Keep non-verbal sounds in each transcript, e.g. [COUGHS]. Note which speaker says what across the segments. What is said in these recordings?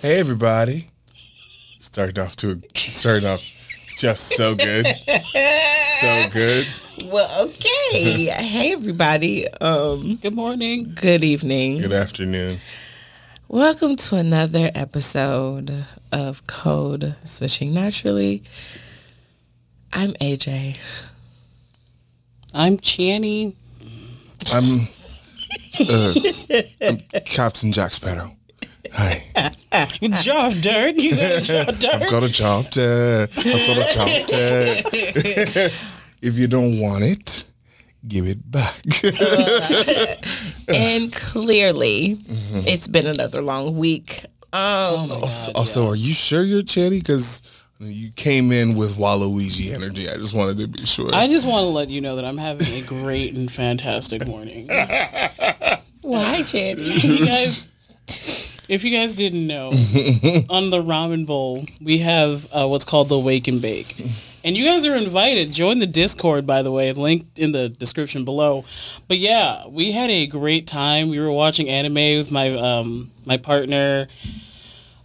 Speaker 1: Hey everybody. Starting off to a, starting off just so good. so good. [LAUGHS]
Speaker 2: Well, okay. hey everybody. Um
Speaker 3: Good morning.
Speaker 2: good evening.
Speaker 1: Good afternoon.
Speaker 2: Welcome to another episode of Code Switching Naturally. I'm AJ.
Speaker 3: I'm Channy.
Speaker 1: I'm uh, I'm Captain Jack Sparrow. Hi.
Speaker 3: Job dirt. You got a job
Speaker 1: I've
Speaker 3: dirt.
Speaker 1: got a job to I've got a job to [LAUGHS] If you don't want it, give it
Speaker 3: [LAUGHS]
Speaker 1: back.
Speaker 2: And clearly,
Speaker 1: Mm-hmm.
Speaker 2: it's been another long week. Um
Speaker 3: Uh,
Speaker 1: also, also, are you sure you're Channy? Because you came in with Waluigi energy. I just wanted to be sure.
Speaker 3: I just want to let you know that I'm having a great and fantastic morning.
Speaker 2: why, Jenny?
Speaker 1: [LAUGHS]
Speaker 3: you guys, if you guys didn't know, on the ramen bowl we have uh, what's called the wake and bake, and you guys are invited. Join the Discord, by the way, linked in the description below. But yeah, we had a great time. We were watching anime with my um my partner.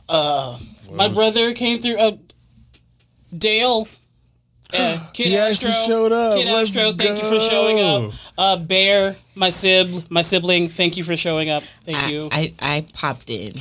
Speaker 3: Uh, my brother came through. Uh, Dale. Uh, Kid
Speaker 1: He actually
Speaker 3: Astro.
Speaker 1: showed up.
Speaker 3: Kid
Speaker 1: Let's
Speaker 3: Astro, thank you for showing
Speaker 1: go.
Speaker 3: up. Uh, Bear, my sib, my sibling, thank you for showing up. Thank you.
Speaker 2: I, I, I popped in.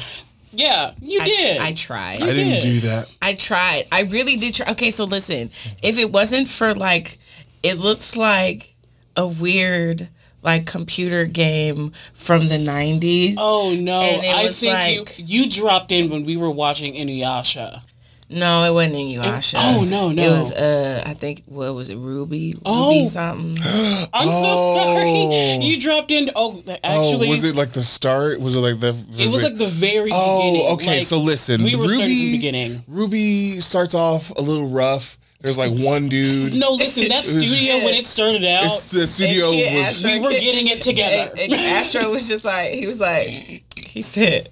Speaker 3: yeah, you
Speaker 2: I,
Speaker 3: did.
Speaker 2: I tried.
Speaker 1: I didn't do
Speaker 3: did.
Speaker 1: that.
Speaker 2: I tried. I really did try. Okay, so listen, if it wasn't for like, it looks like a weird like computer game from the 90s.
Speaker 3: oh no,
Speaker 2: And it
Speaker 3: I
Speaker 2: was
Speaker 3: think
Speaker 2: like-
Speaker 3: you you dropped in when we were watching Inuyasha.
Speaker 2: No, it wasn't in Yasha.
Speaker 3: oh, no, no.
Speaker 2: It was, uh, I think, what was it, Ruby?
Speaker 3: Oh.
Speaker 2: Ruby something.
Speaker 3: I'm
Speaker 1: Oh.
Speaker 3: so sorry. You dropped in. Oh, th-
Speaker 1: Oh,
Speaker 3: actually,
Speaker 1: was it like the start? Was it like the?
Speaker 3: it was like the very beginning.
Speaker 1: Oh, okay.
Speaker 3: Like,
Speaker 1: so listen,
Speaker 3: we were starting from
Speaker 1: Ruby
Speaker 3: the beginning.
Speaker 1: Ruby starts off a little rough. There's like one dude.
Speaker 3: No, listen, that studio when it started out,
Speaker 1: It's, the studio
Speaker 2: And Kid
Speaker 1: was.
Speaker 2: Astro-
Speaker 3: we were getting it together.
Speaker 1: [LAUGHS]
Speaker 2: And, and Astro was just like, he was like, he said,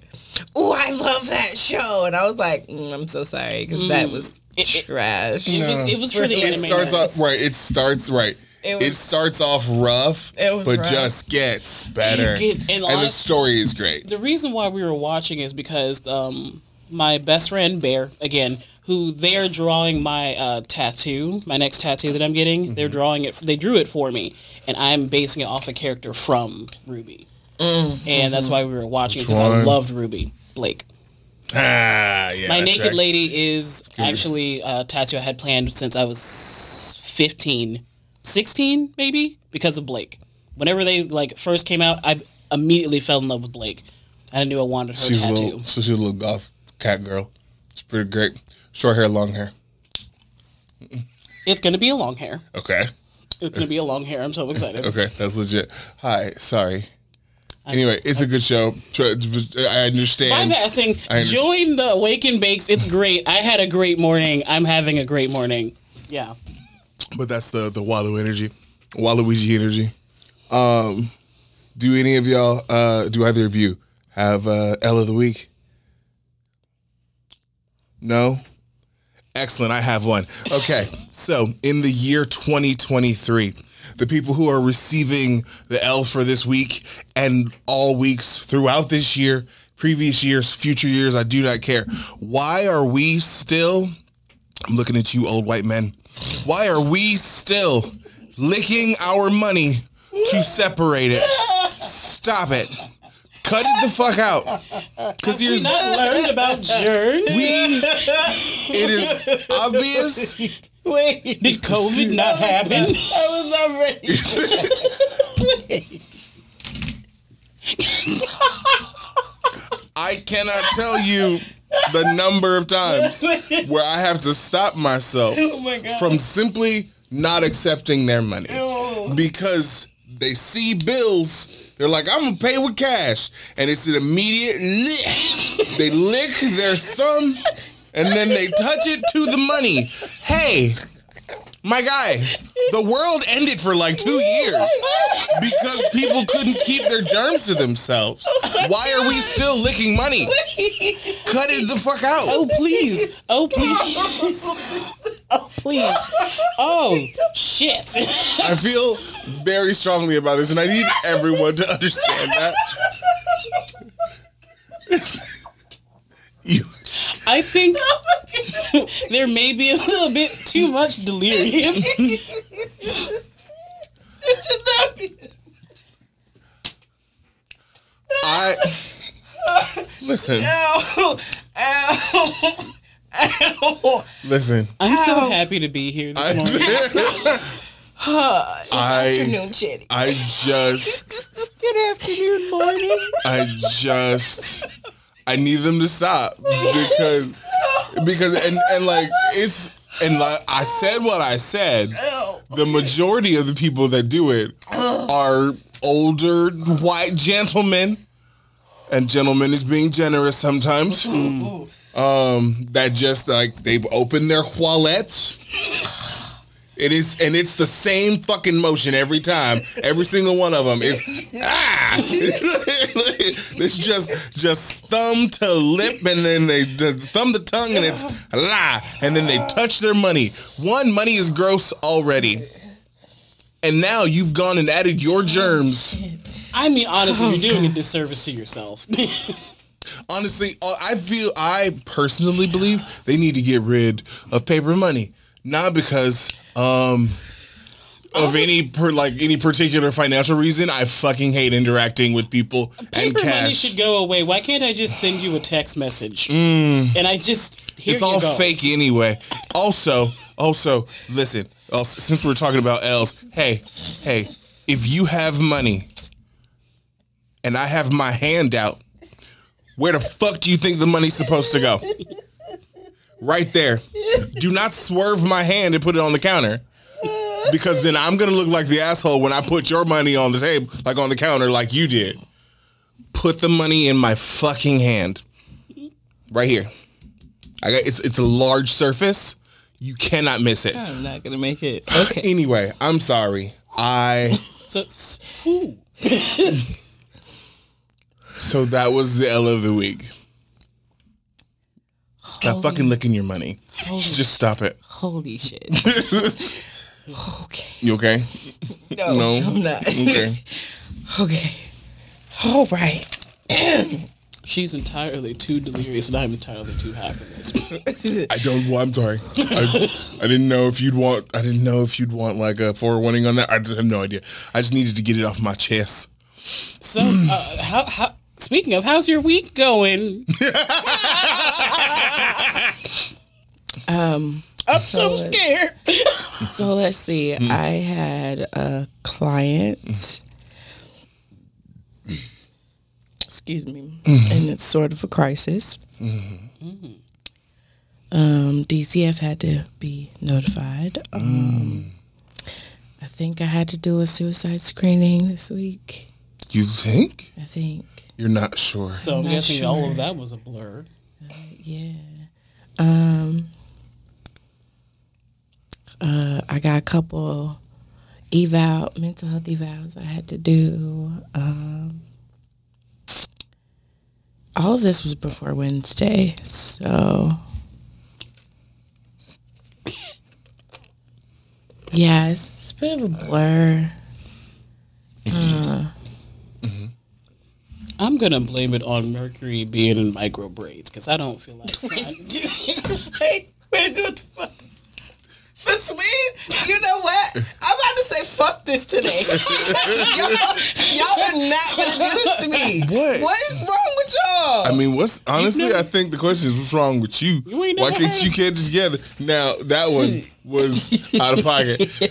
Speaker 2: Oh, I love that show. And I was like, mm, I'm so sorry because that was
Speaker 3: Mm. It- it-
Speaker 2: trash.
Speaker 3: It
Speaker 2: [LAUGHS]
Speaker 3: was, it was for the
Speaker 1: It
Speaker 3: anime.
Speaker 1: starts off
Speaker 3: nerds.
Speaker 1: right. It starts right.
Speaker 2: It
Speaker 1: It,
Speaker 2: was-
Speaker 1: starts off rough,
Speaker 2: It was
Speaker 1: but
Speaker 2: rough.
Speaker 1: just gets better.
Speaker 3: You get- and
Speaker 1: and
Speaker 3: honest-
Speaker 1: the story is great.
Speaker 3: the reason why we were watching is because um, my best friend Bear again, who they're drawing my uh, tattoo, my next tattoo that I'm getting. They're drawing it. They drew it for me, and I'm basing it off a character from Ruby, and Mm-hmm. that's why we were watching because I
Speaker 1: one?
Speaker 3: loved Ruby Blake.
Speaker 1: Ah, yeah.
Speaker 3: My
Speaker 1: that
Speaker 3: naked
Speaker 1: tracks.
Speaker 3: lady is actually uh, a tattoo I had planned since I was 15, 16 maybe because of Blake. Whenever they like first came out, I immediately fell in love with Blake. I knew I wanted her
Speaker 1: She's a
Speaker 3: tattoo.
Speaker 1: little. So she's a little goth cat girl. She's pretty great. Short hair, long hair.
Speaker 3: It's gonna be a long hair.
Speaker 1: Okay.
Speaker 3: It's gonna be a long hair.
Speaker 1: [LAUGHS]
Speaker 3: I'm so excited.
Speaker 1: Okay, that's legit. Hi, sorry. Anyway, it's a good show. Tr- I understand.
Speaker 3: Bypassing,
Speaker 1: I understand.
Speaker 3: join the Awaken Bakes. It's great. I had a great morning. I'm having a great morning. Yeah.
Speaker 1: But that's the the Walu energy, Waluigi energy. Um, do any of y'all? Uh, do either of you have uh, L of the week? No. Excellent. I have one. Okay. So in the year 2023, the people who are receiving the L for this week and all weeks throughout this year, previous years, future years, I do not care. Why are we still I'm looking at you, old white men. Why are we still licking our money to separate it? Stop it. Cut it the fuck out. Because here's.
Speaker 3: Not learned about Jern.
Speaker 1: [LAUGHS] We, it is obvious.
Speaker 4: Wait,
Speaker 3: Did COVID not happen?
Speaker 4: I was not ready.
Speaker 1: I cannot tell you the number of times where I have to stop myself from simply not accepting their money because they see bills. They're like, I'm gonna pay with cash, and it's an immediate lick. they lick their thumb, and then they touch it to the money. Hey, my guy, the world ended for like two years because people couldn't keep their germs to themselves. Why are we still licking money? Cut it the fuck out.
Speaker 3: Oh please! Oh please! Oh please! Oh shit!
Speaker 1: I feel very strongly about this, and I need everyone to understand that. It's- you,
Speaker 3: I think [LAUGHS] there may be a little bit too much delirium.
Speaker 4: This should not be.
Speaker 1: I listen,
Speaker 4: Ow. Ow. Ow.
Speaker 1: listen.
Speaker 3: I'm so happy to be here this morning.
Speaker 1: I, [LAUGHS] I
Speaker 4: Afternoon chatty.
Speaker 1: I just
Speaker 2: Good afternoon, morning.
Speaker 1: I just I need them to stop because because and and like it's and like I said what I said.
Speaker 4: Ow.
Speaker 1: The majority of the people that do it are older white gentlemen, and gentlemen is being generous sometimes. Um, that just like they've opened their wallets. It is, and it's the same fucking motion every time. Every single one of them is ah. [LAUGHS] it's just just thumb to lip, and then they d- thumb to tongue, and it's la, and then they touch their money. One money is gross already, and now you've gone and added your germs.
Speaker 3: I mean, honestly,
Speaker 2: Oh,
Speaker 3: you're doing a disservice to yourself. [LAUGHS]
Speaker 1: honestly, uh, I feel I personally believe they need to get rid of paper money, not because um of any per, like any particular financial reason. I fucking hate interacting with people and
Speaker 3: Paper money
Speaker 1: cash.
Speaker 3: should go away. Why can't I just send you a text message? And I just here
Speaker 1: Mm. It's
Speaker 3: you
Speaker 1: all
Speaker 3: go.
Speaker 1: fake anyway. Also, also listen. Also, since we're talking about L's, hey, hey, if you have money and I have my hand out, where the fuck do you think the money's supposed to go? Right there. Do not swerve my hand and put it on the counter. Because then I'm gonna look like the asshole when I put your money on the table, like on the counter, like you did. Put the money in my fucking hand. Right here. I got it's it's a large surface. You cannot miss it.
Speaker 3: Oh,
Speaker 2: I'm not gonna make it. Okay.
Speaker 1: Anyway, I'm sorry. I
Speaker 3: So s- who?
Speaker 1: so that was the L of the week. Stop fucking licking your money. Just stop it.
Speaker 2: Holy shit. Okay.
Speaker 1: you okay?
Speaker 2: No,
Speaker 1: No.
Speaker 2: I'm not. [LAUGHS]
Speaker 1: Okay.
Speaker 2: okay. All right.
Speaker 3: She's entirely too delirious, and I'm entirely too high for this.
Speaker 1: I don't. Well, I'm sorry. I, I didn't know if you'd want. I didn't know if you'd want like a forewarning on that. I just have no idea. I just needed to get it off my chest.
Speaker 3: So,
Speaker 1: Mm.
Speaker 3: uh, how, how? Speaking of, how's your week going?
Speaker 2: Um.
Speaker 3: I'm
Speaker 2: So
Speaker 3: so,
Speaker 2: it's-
Speaker 3: scared.
Speaker 2: So let's see. I had a client. Excuse me. And it's sort of a crisis. Um, DCF had to be notified. Um, I think I had to do a suicide screening this week.
Speaker 1: You think?
Speaker 2: I think.
Speaker 1: You're not sure.
Speaker 3: So I'm
Speaker 2: Not
Speaker 3: guessing all
Speaker 2: sure.
Speaker 3: of that was a blur.
Speaker 2: Yeah. Um. Uh, I got a couple eval mental health evals I had to do. Um, all of this was before Wednesday, so yeah, it's, it's a bit of a blur.
Speaker 3: I'm gonna blame it on Mercury being in micro braids because I don't
Speaker 1: [LAUGHS]
Speaker 3: feel like.
Speaker 4: Wait, wait, what the fuck? Between, you know what? I'm about to say fuck this today. [LAUGHS] y'all, y'all are not gonna do this to me.
Speaker 1: What?
Speaker 4: What is wrong with y'all?
Speaker 1: I mean, what's honestly?
Speaker 3: never-
Speaker 1: I think the question is, what's wrong with you?
Speaker 3: You ain't
Speaker 1: Why
Speaker 3: never
Speaker 1: can't
Speaker 3: had-
Speaker 1: you get it together? Now that one
Speaker 3: [LAUGHS]
Speaker 1: was out of pocket. [LAUGHS] 'Cause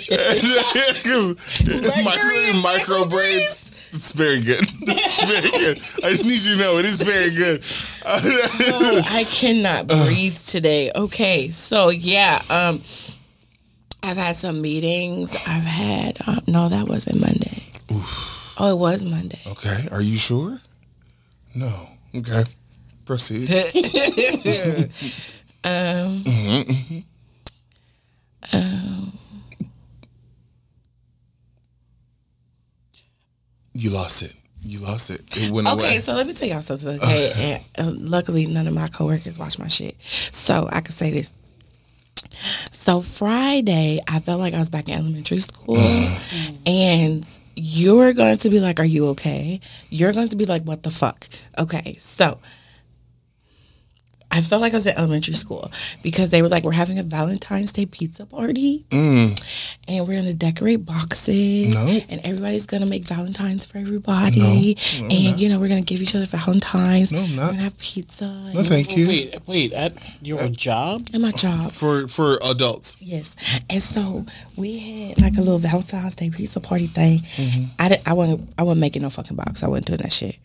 Speaker 1: micro,
Speaker 4: and
Speaker 1: micro
Speaker 4: micro
Speaker 1: braids. It's very good. [LAUGHS] It's very good. I just need you to know it is very good.
Speaker 2: Oh, [LAUGHS] I cannot breathe today. Okay, so yeah, um, I've had some meetings. I've had um, no, that wasn't Monday. Oh, it was Monday.
Speaker 1: okay, are you sure? No. Okay.
Speaker 3: [LAUGHS]
Speaker 1: Proceed.
Speaker 2: Um,
Speaker 3: um,
Speaker 1: You lost it. You lost it. It went away.
Speaker 2: okay, so let me tell y'all something. Okay, and uh, luckily none of my coworkers watch my shit, so I can say this. So Friday, I felt like I was back in elementary school, and you're going to be like, "Are you okay?" You're going to be like, "What the fuck?" Okay, so I felt like I was at elementary school because they were like, we're having a Valentine's Day pizza party and we're going to decorate boxes
Speaker 1: No.
Speaker 2: and everybody's going to make Valentines for everybody. and, you know, we're going to give each other Valentines.
Speaker 1: No, I'm
Speaker 2: We're
Speaker 1: not.
Speaker 2: going to have pizza. and-
Speaker 1: No, thank you. Uh,
Speaker 3: Wait, wait, at your job?
Speaker 2: and my job.
Speaker 1: For for adults.
Speaker 2: Yes. And so we had like a little Valentine's Day pizza party thing. I, didn't, I wasn't I wasn't making no fucking box. I wasn't doing that shit.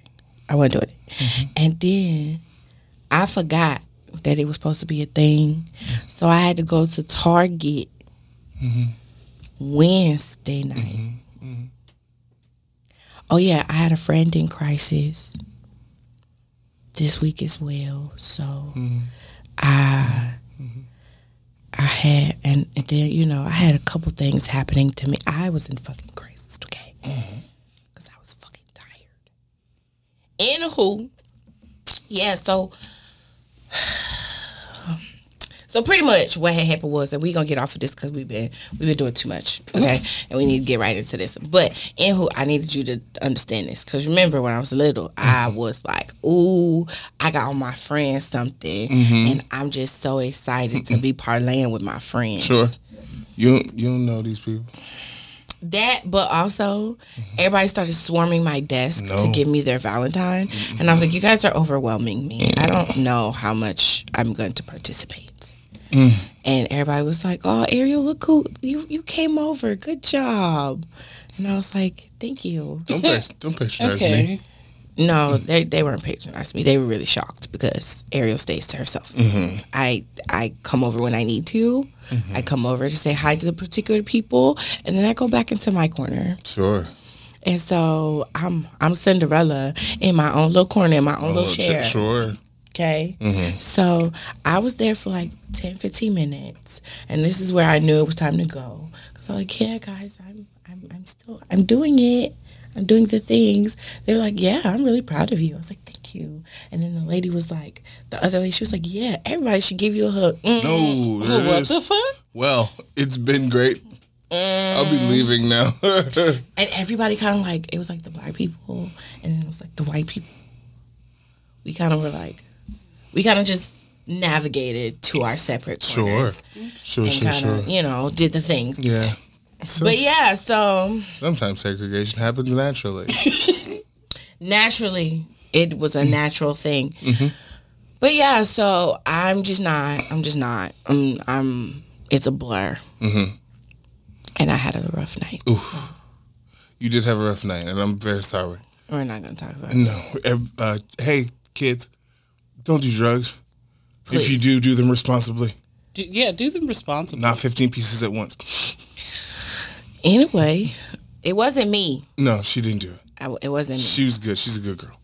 Speaker 2: I wasn't doing it. And then I forgot that it was supposed to be a thing. So I had to go to Target Wednesday night. Oh yeah, I had a friend in crisis this week as well. So I I had, and, and then, you know, I had a couple things happening to me. I was in fucking crisis, okay? Because I was fucking tired. Anywho, yeah, so, [SIGHS] so pretty much what had happened was, and we gonna get off of this because we've been we've been doing too much, okay? and we need to get right into this. But anywho, I needed you to understand this because remember when I was little, I was like, "Ooh, I got on my friends something," and I'm just so excited to be parlaying with my friends.
Speaker 1: Sure. You you don't know these people.
Speaker 2: That, but also everybody started swarming my desk
Speaker 1: No.
Speaker 2: to give me their Valentine, and I was like, "You guys are overwhelming me. I don't know how much I'm going to participate." And everybody was like, "Oh, Ariel, look who you you came over. Good job." And I was like, "Thank you."
Speaker 1: Don't pat- don't patronize me.
Speaker 3: Okay.
Speaker 2: [LAUGHS] No, they, they weren't patronizing me. They were really shocked because Ariel stays to herself. I I come over when I need to. I come over to say hi to the particular people, and then I go back into my corner.
Speaker 1: Sure.
Speaker 2: And so I'm I'm Cinderella in my own little corner, in my own
Speaker 1: Oh,
Speaker 2: little
Speaker 1: ch-
Speaker 2: chair.
Speaker 1: Sure. Mm-hmm.
Speaker 2: Okay.
Speaker 3: Mm.
Speaker 2: So I was there for like 10, 15 minutes. And this is where I knew it was time to go. So like, yeah, guys, I'm I'm I'm still I'm doing it. I'm doing the things. They were like, Yeah, I'm really proud of you. I was like, Thank you. And then the lady was like, the other lady, she was like, Yeah, everybody should give you a hug. Mm.
Speaker 1: No. there
Speaker 3: What
Speaker 1: is-
Speaker 3: the fuck?
Speaker 1: Well, it's been great. I'll
Speaker 3: Mm.
Speaker 1: be leaving now. [LAUGHS]
Speaker 2: And everybody kind of like, it was like the black people, and then it was like the white people. We kind of were like, we kind of just navigated to our separate
Speaker 1: sure.
Speaker 2: corners.
Speaker 1: Sure,
Speaker 2: And
Speaker 1: sure,
Speaker 2: kind
Speaker 1: sure.
Speaker 2: of, you know, did the things.
Speaker 1: Yeah. Some-
Speaker 2: But yeah, so
Speaker 1: Sometimes segregation happens naturally. [LAUGHS]
Speaker 2: naturally, it was a natural thing.
Speaker 1: Mm-hmm.
Speaker 2: But yeah, so I'm just not. I'm just not. I'm. I'm it's a blur.
Speaker 1: Mm-hmm.
Speaker 2: And I had a rough night.
Speaker 1: you did have a rough night, and I'm very sorry.
Speaker 2: We're not going to talk about it.
Speaker 1: No. ev- Uh, hey, kids, don't do drugs. If you
Speaker 2: Please.
Speaker 1: do, do them responsibly.
Speaker 3: Do, yeah, do them responsibly.
Speaker 1: Not 15 pieces at once.
Speaker 2: Anyway, it wasn't me.
Speaker 1: No, she didn't do it.
Speaker 2: I, it wasn't me.
Speaker 1: She was good. She's a good girl.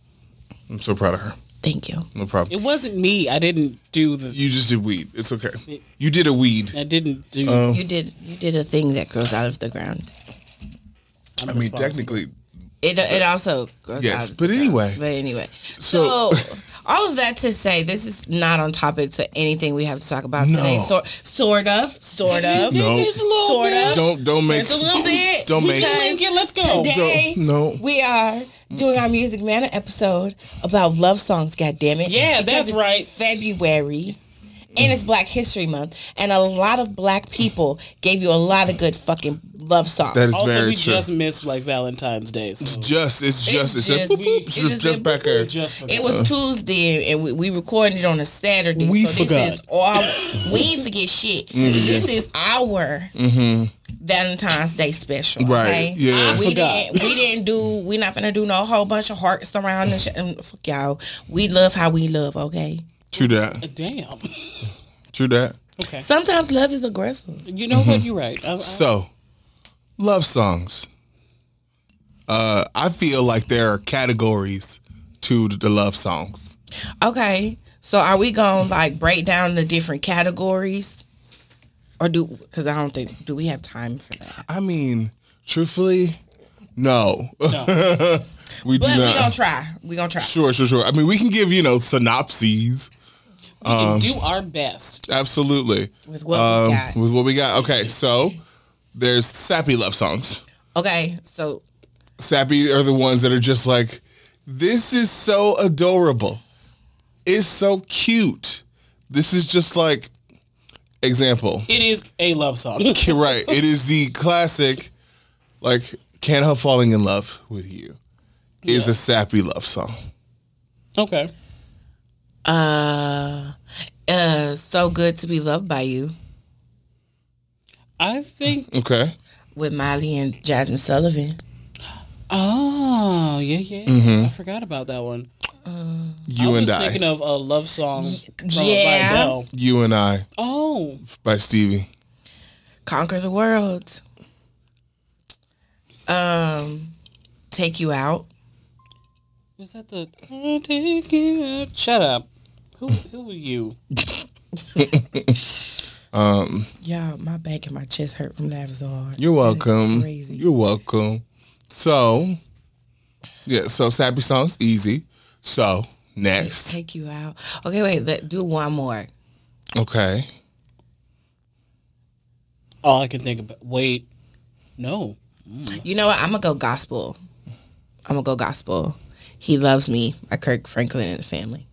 Speaker 1: I'm so proud of her.
Speaker 2: Thank you.
Speaker 1: No problem.
Speaker 3: It wasn't me. I didn't do the.
Speaker 1: You just did weed. It's okay. You did a weed.
Speaker 3: I didn't do.
Speaker 1: Um,
Speaker 2: You did. You did a thing that grows out of the ground.
Speaker 1: I mean, technically,
Speaker 2: It it also grows
Speaker 1: Yes,
Speaker 2: out of
Speaker 1: but
Speaker 2: the ground.
Speaker 1: anyway.
Speaker 2: But anyway,
Speaker 1: So-
Speaker 2: so, all of that to say, this is not on topic to anything we have to talk about
Speaker 1: No.
Speaker 2: today. Sort sort of, sort of,
Speaker 1: No.
Speaker 3: There's a little
Speaker 2: sort
Speaker 3: bit.
Speaker 2: of.
Speaker 1: don't don't make
Speaker 2: There's a little bit.
Speaker 1: Don't make-
Speaker 2: because
Speaker 3: Link it, let's go.
Speaker 2: today-
Speaker 1: don't no.
Speaker 2: We are doing our Music Manor episode about love songs. God damn it!
Speaker 3: Yeah,
Speaker 2: Because
Speaker 3: that's
Speaker 2: it's
Speaker 3: right.
Speaker 2: February. And it's Black History Month, and a lot of black people gave you a lot of good fucking love songs.
Speaker 1: That is
Speaker 3: Also,
Speaker 1: very
Speaker 3: we
Speaker 1: true.
Speaker 3: just missed like Valentine's Day. So.
Speaker 1: just it's just it's,
Speaker 2: just-
Speaker 1: just, boop, boop,
Speaker 2: it
Speaker 1: just,
Speaker 2: just
Speaker 1: just
Speaker 2: did
Speaker 1: back
Speaker 2: boop,
Speaker 1: there.
Speaker 3: [LAUGHS] Just for
Speaker 2: It was Tuesday, and we, we recorded it on a Saturday.
Speaker 3: We
Speaker 2: so
Speaker 3: forgot.
Speaker 2: This is our, we ain't forget shit. This is our Valentine's Day special.
Speaker 1: Right,
Speaker 2: okay?
Speaker 1: yeah. I
Speaker 2: we
Speaker 3: forgot.
Speaker 2: didn't. We didn't do. We're not gonna do no whole bunch of hearts around and shit. And fuck y'all. We love how we love. Okay.
Speaker 1: True that.
Speaker 3: Damn.
Speaker 1: True that.
Speaker 3: Okay.
Speaker 2: Sometimes love is aggressive.
Speaker 3: You know what? You're right. I, I,
Speaker 1: So, love songs. Uh, I feel like there are categories to the love songs.
Speaker 2: Okay. So are we gonna like break down the different categories, or do? Because I don't think do we have time for that.
Speaker 1: I mean, truthfully, no, [LAUGHS] we do
Speaker 2: But we gonna
Speaker 1: not.
Speaker 2: try. We gonna try.
Speaker 1: Sure, sure, sure. I mean, we can give you know synopses.
Speaker 3: we
Speaker 1: um,
Speaker 3: can do our best.
Speaker 1: Absolutely.
Speaker 2: With what
Speaker 1: Um,
Speaker 2: we got.
Speaker 1: with what we got. Okay, so there's sappy love songs.
Speaker 2: Okay, so
Speaker 1: Sappy are the ones that are just like, this is so adorable. It's so cute. This is just like example.
Speaker 3: It is a love song. [LAUGHS]
Speaker 1: You're right. It is the classic, like, can't help falling in love with you is a sappy love song.
Speaker 3: okay.
Speaker 2: Uh, so good to be loved by you
Speaker 3: I think.
Speaker 1: Okay.
Speaker 2: with Miley and Jasmine Sullivan.
Speaker 3: Oh yeah, yeah.
Speaker 1: Mm-hmm.
Speaker 3: I forgot about that one.
Speaker 1: You
Speaker 3: I
Speaker 1: and
Speaker 3: was
Speaker 1: I.
Speaker 3: thinking of a love song from
Speaker 2: Yeah.
Speaker 3: by Adele.
Speaker 1: you and I
Speaker 3: Oh,
Speaker 1: by Stevie.
Speaker 2: Conquer the world. Um, take you out.
Speaker 3: was that the? I take you out. Shut up. Who who are you?
Speaker 2: Y'all, my back and my chest hurt from that was hard.
Speaker 1: You're welcome.
Speaker 2: crazy.
Speaker 1: You're welcome. So, yeah, so sappy songs, easy. So, next.
Speaker 2: Take you out. Okay, wait. Let, do one more.
Speaker 1: Okay.
Speaker 3: All I can think about. Wait, no.
Speaker 2: You know what? I'm gonna go gospel. I'm gonna go gospel. He loves me. by Kirk Franklin and the family.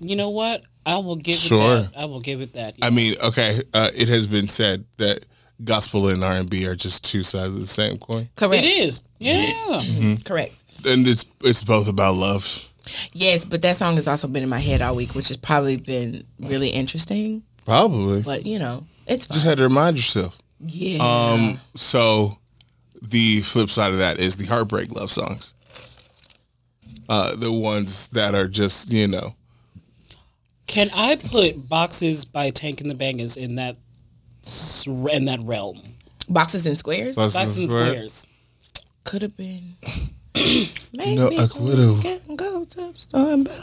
Speaker 3: You know what? I will give
Speaker 1: Sure.
Speaker 3: it that. I will give it that.
Speaker 1: I mean, okay, uh, it has been said that gospel and R&B are just two sides of the same coin.
Speaker 2: Correct.
Speaker 3: it is. Yeah.
Speaker 2: Correct.
Speaker 1: And it's it's both about love.
Speaker 2: Yes, but that song has also been in my head all week, which has probably been really interesting.
Speaker 1: Probably.
Speaker 2: But you know, it's fine.
Speaker 1: Just had to remind yourself.
Speaker 2: yeah.
Speaker 1: Um, so the flip side of that is the heartbreak love songs. Uh, the ones that are just, you know,
Speaker 3: Can I put boxes by Tank and the Bangers in that s- in that realm?
Speaker 2: Boxes and squares
Speaker 3: Boxes and squares.
Speaker 2: could
Speaker 1: [COUGHS]
Speaker 2: have been. Maybe
Speaker 1: No, I could've.
Speaker 2: Can go to the store and buy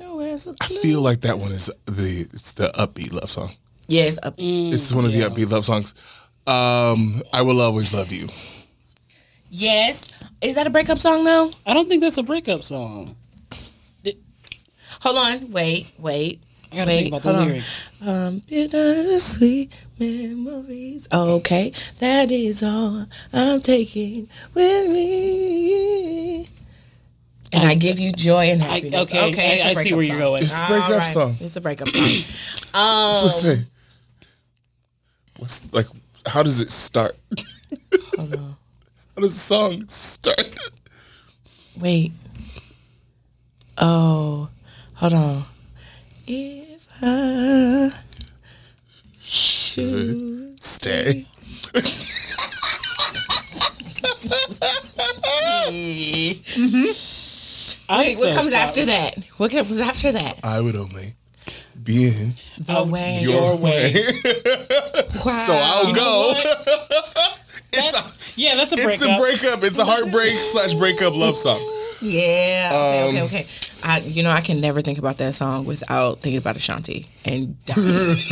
Speaker 2: no ass a
Speaker 1: I
Speaker 2: clue.
Speaker 1: feel like that one is the it's the upbeat love song.
Speaker 2: Yes, up.
Speaker 1: It's one of the upbeat love songs. Um, I will always love you.
Speaker 2: Yes. Is that a breakup song though?
Speaker 3: I don't think that's a breakup song.
Speaker 2: Hold on. Wait. Wait.
Speaker 3: I gotta
Speaker 2: Wait,
Speaker 3: think about the
Speaker 2: hold on.
Speaker 3: lyrics.
Speaker 2: Um, bittersweet memories. Okay, that is all I'm taking with me. And I give you joy and
Speaker 3: I,
Speaker 2: happiness.
Speaker 3: okay, I, I
Speaker 2: it's a
Speaker 3: see
Speaker 2: breakup
Speaker 3: where you're
Speaker 2: song.
Speaker 3: going.
Speaker 1: It's a breakup
Speaker 2: All right,
Speaker 1: song.
Speaker 2: It's a breakup song. Um,
Speaker 1: Let's say, what's like? How does it start?
Speaker 2: Hold on.
Speaker 1: [LAUGHS] How does the song start?
Speaker 2: Wait. Oh, hold on. If I
Speaker 1: Should stay.
Speaker 3: I'm
Speaker 2: wait, what
Speaker 3: so
Speaker 2: comes
Speaker 3: sorry.
Speaker 2: after that? What comes after that?
Speaker 1: I would only be in
Speaker 2: The way.
Speaker 1: Oh, your, way. [LAUGHS]
Speaker 2: Wow.
Speaker 1: So I'll go.
Speaker 3: What?
Speaker 1: It's a
Speaker 3: That's- yeah, that's a breakup.
Speaker 1: it's a breakup. It's a heartbreak slash breakup love song.
Speaker 2: Yeah. Okay,
Speaker 1: Um,
Speaker 2: okay, okay. I, you know, I can never think about that song without thinking about Ashanti and dying.
Speaker 1: [LAUGHS]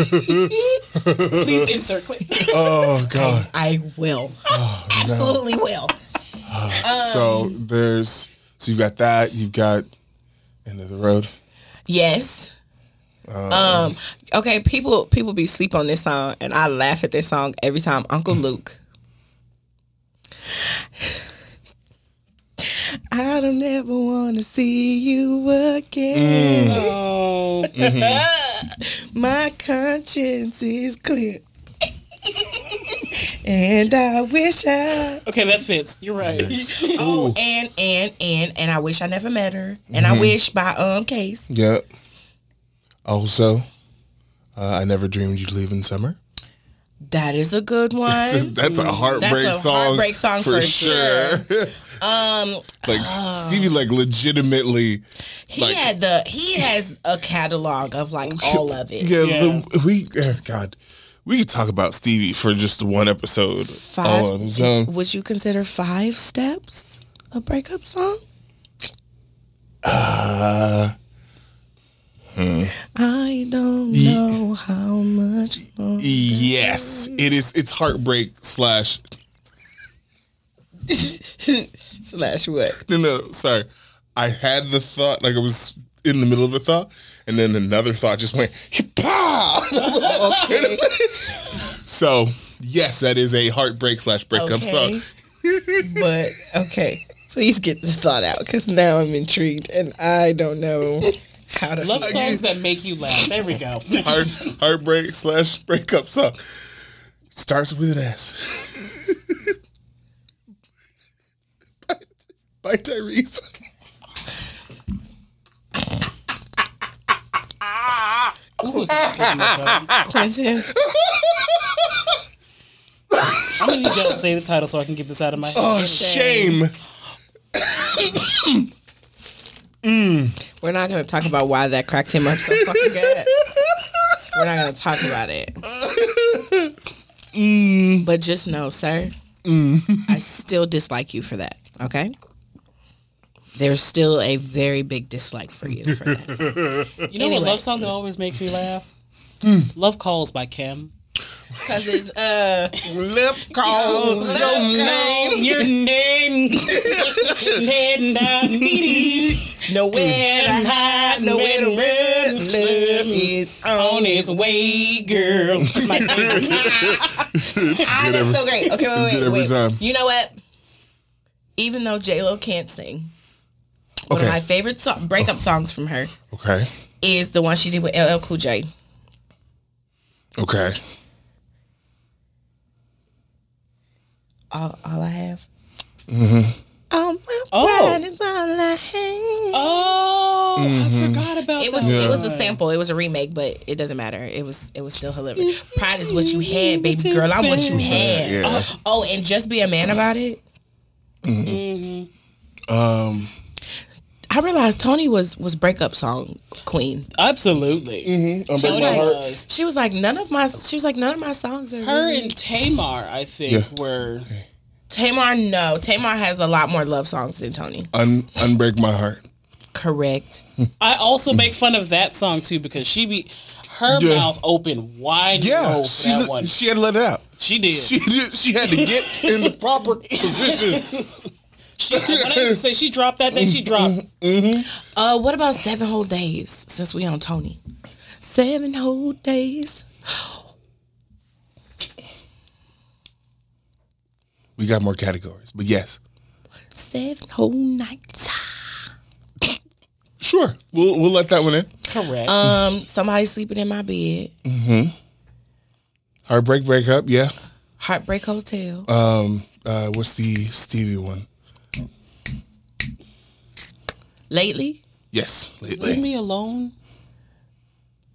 Speaker 3: Please insert quick.
Speaker 1: Oh god.
Speaker 2: I will.
Speaker 1: Oh,
Speaker 2: Absolutely will.
Speaker 1: so there's so you've got that. You've got end of the road.
Speaker 2: Yes. Um, okay, people people be sleep on this song and I laugh at this song every time. Uncle
Speaker 1: Mm.
Speaker 2: Luke. [LAUGHS] I don't ever wanna see you
Speaker 1: Mm.
Speaker 2: again.
Speaker 3: [LAUGHS] Oh,
Speaker 2: My conscience is clear. [LAUGHS] and I wish I
Speaker 3: okay, that fits. You're right.
Speaker 2: Oh, and and and and I wish I never met her. And
Speaker 1: Mm-hmm.
Speaker 2: I wish by um case.
Speaker 1: Yep. Also, uh, I never dreamed you'd leave in summer.
Speaker 2: That is a good one.
Speaker 1: That's a, that's a heartbreak
Speaker 2: Mm-hmm. That's a
Speaker 1: song.
Speaker 2: heartbreak song for [LAUGHS] uh,
Speaker 1: um, like Stevie, like legitimately,
Speaker 2: he
Speaker 1: like-
Speaker 2: had the he has a catalog of like all of it.
Speaker 1: [LAUGHS] yeah.
Speaker 3: Yeah.
Speaker 1: the- we oh, God, we could talk about Stevie for just one episode all on
Speaker 2: Five.
Speaker 1: his own.
Speaker 2: Would you consider five steps a breakup song?
Speaker 1: Uh,
Speaker 2: I don't know how much. more-
Speaker 1: yes, it is. It's heartbreak slash
Speaker 2: [LAUGHS] Slash what?
Speaker 1: No, no, sorry. I had the thought, like I was in the middle of a thought, and then another thought just went, [LAUGHS] pow!
Speaker 2: Oh,
Speaker 1: so, yes, that is a heartbreak slash breakup
Speaker 2: Okay.
Speaker 1: song.
Speaker 2: But
Speaker 1: [LAUGHS]
Speaker 2: okay, please get this thought out because now I'm intrigued and I don't know
Speaker 4: out of
Speaker 3: Love
Speaker 4: here.
Speaker 3: songs that make you laugh. There we [LAUGHS] go.
Speaker 1: Heart, heartbreak slash breakup song. Starts with an S. [LAUGHS] by, by Tyrese.
Speaker 2: Quentin.
Speaker 3: I'm gonna need y'all to say the title so I can get this out of my head.
Speaker 1: Oh, shame.
Speaker 2: We're not going to talk about why that cracked him up so fucking good. We're not going to talk
Speaker 1: [LAUGHS]
Speaker 2: about it.
Speaker 1: Mm.
Speaker 2: But just know, sir, I still dislike you for that. Okay. There's still a very big dislike for you for that.
Speaker 1: [LAUGHS]
Speaker 3: You know what love song that always makes me laugh? Love Calls by Kim.
Speaker 2: Because it's uh,
Speaker 1: Lip call your name.
Speaker 3: Your [LAUGHS] name, heading down needy,
Speaker 2: nowhere
Speaker 3: and hot, nowhere to run.
Speaker 2: love is on
Speaker 3: On his way, girl. It's my favorite.
Speaker 2: Ah,
Speaker 1: good
Speaker 2: that's
Speaker 1: every-
Speaker 2: so great. Okay, wait,
Speaker 1: good every
Speaker 2: wait, wait.
Speaker 1: time.
Speaker 2: You know what? Even though J Lo can't sing, one
Speaker 1: Okay.
Speaker 2: of my favorite so- breakup songs from her
Speaker 1: Okay.
Speaker 2: is the one she did with LL Cool J.
Speaker 1: Okay.
Speaker 2: All, all I have. Mm-hmm. All my
Speaker 3: Oh.
Speaker 2: pride is all I have.
Speaker 3: Oh, I forgot about
Speaker 2: It was
Speaker 3: that.
Speaker 2: it was the sample. It was a remake, but it doesn't matter. It was it was still hilarious. Pride is what you had, baby girl. I'm what you had.
Speaker 1: Yeah.
Speaker 2: Oh, oh, and just be a man about it.
Speaker 1: Um,
Speaker 2: I realized Tony was was breakup song queen.
Speaker 3: Absolutely.
Speaker 2: She was,
Speaker 3: my
Speaker 2: like,
Speaker 3: heart.
Speaker 2: she was like, none of my she was like, none of my songs are
Speaker 3: Her
Speaker 2: really-
Speaker 3: and Tamar, I think,
Speaker 1: Yeah.
Speaker 3: were.
Speaker 2: Tamar, no. Tamar has a lot more love songs than Tony.
Speaker 1: un- unbreak my heart.
Speaker 2: Correct.
Speaker 3: I also make fun of that song too because she be her
Speaker 1: Yeah.
Speaker 3: mouth open wide.
Speaker 1: Yeah,
Speaker 3: Yeah,
Speaker 1: she,
Speaker 3: Oh, that
Speaker 1: did-
Speaker 3: one.
Speaker 1: she had to let it out.
Speaker 3: She did.
Speaker 1: She did, she had to get in the
Speaker 3: [LAUGHS]
Speaker 1: proper position.
Speaker 3: She, when I used to say she dropped that thing, she dropped.
Speaker 2: Uh what about seven whole days since we on Tony? Seven whole days.
Speaker 1: [LAUGHS] We got more categories, but yes,
Speaker 2: Seven whole nights.
Speaker 1: sure, we'll we'll let that one in.
Speaker 3: Correct.
Speaker 2: Um, somebody sleeping in my bed.
Speaker 1: Heartbreak breakup, yeah.
Speaker 2: Heartbreak Hotel.
Speaker 1: Um, uh, what's the Stevie one?
Speaker 2: Lately.
Speaker 1: Yes,
Speaker 3: Leave
Speaker 1: lately.
Speaker 3: me alone.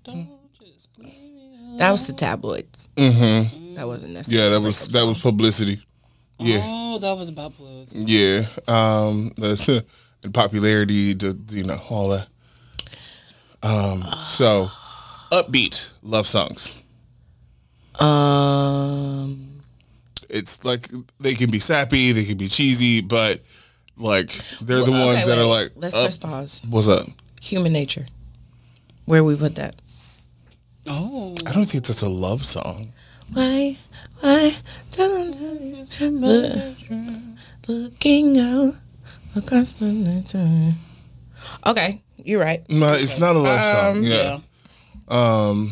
Speaker 3: Don't just leave me alone.
Speaker 2: That was the tabloids. Mm-hmm. That wasn't necessary.
Speaker 1: Yeah, that was that was publicity. Yeah, Mm.
Speaker 3: Oh, that was about blues.
Speaker 1: yeah. Um, that's- [LAUGHS] and popularity, the- you know, all that. Um, so upbeat love songs.
Speaker 2: Um
Speaker 1: it's like they can be sappy, they can be cheesy, but like they're the
Speaker 2: okay,
Speaker 1: ones that
Speaker 2: wait.
Speaker 1: are like,
Speaker 2: Let's
Speaker 1: up,
Speaker 2: press pause.
Speaker 1: what's up?
Speaker 2: Human nature. Where we put that.
Speaker 3: Oh,
Speaker 1: I don't think that's a love song.
Speaker 2: Why, why, tell them look, looking out across the night. Okay, you're right.
Speaker 1: No, it's not a love song.
Speaker 3: yeah.
Speaker 1: Yeah. Um.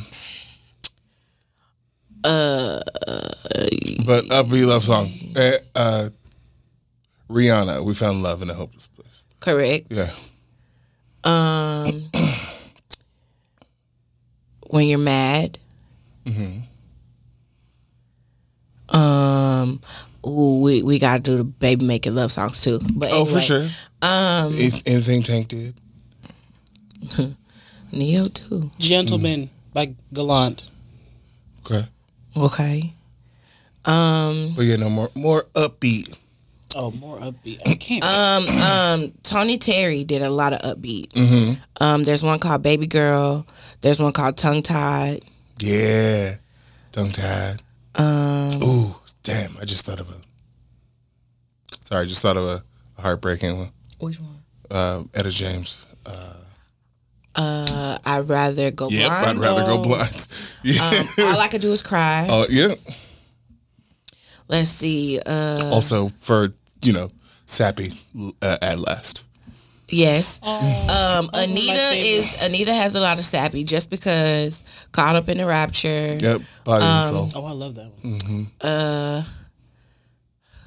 Speaker 1: Uh. But upbeat love song. Eh, Uh, Rihanna, we found love in a hopeless place.
Speaker 2: Correct.
Speaker 1: Yeah.
Speaker 2: Um, when you're mad.
Speaker 1: Mm-hmm.
Speaker 2: Um, ooh, we we gotta do the baby making love songs too. But
Speaker 1: Oh, for
Speaker 2: anyway,
Speaker 1: sure. Um. anything Tank did.
Speaker 2: Neo too.
Speaker 3: Gentleman
Speaker 1: Mm.
Speaker 3: by Gallant.
Speaker 1: Okay.
Speaker 2: Okay. Um,
Speaker 1: But yeah, no more more upbeat.
Speaker 3: Oh, more upbeat. I can't.
Speaker 2: Um, Tony Terry did a lot of upbeat. Mm-hmm. Um, there's one called Baby Girl. There's one called Tongue Tied.
Speaker 1: Yeah. Tongue tied.
Speaker 2: Um,
Speaker 1: Ooh, damn! I just thought of a. Sorry, I just thought of a, a heartbreaking one.
Speaker 2: Which one?
Speaker 1: Uh, Etta James.
Speaker 2: Uh, I'd rather go
Speaker 1: Yep,
Speaker 2: blind.
Speaker 1: I'd rather go
Speaker 3: though.
Speaker 1: blind. [LAUGHS] yeah.
Speaker 2: Um, [LAUGHS] all I could do is cry.
Speaker 1: oh yeah.
Speaker 2: Let's see. Uh,
Speaker 1: Also for you know sappy uh, at last.
Speaker 2: yes.
Speaker 3: Oh,
Speaker 2: Um,
Speaker 3: Those were my
Speaker 2: Anita is Anita has a lot of sappy just because caught up in the rapture.
Speaker 1: Yep, body and
Speaker 3: Um,
Speaker 1: soul.
Speaker 3: oh, I love that one.
Speaker 2: Uh,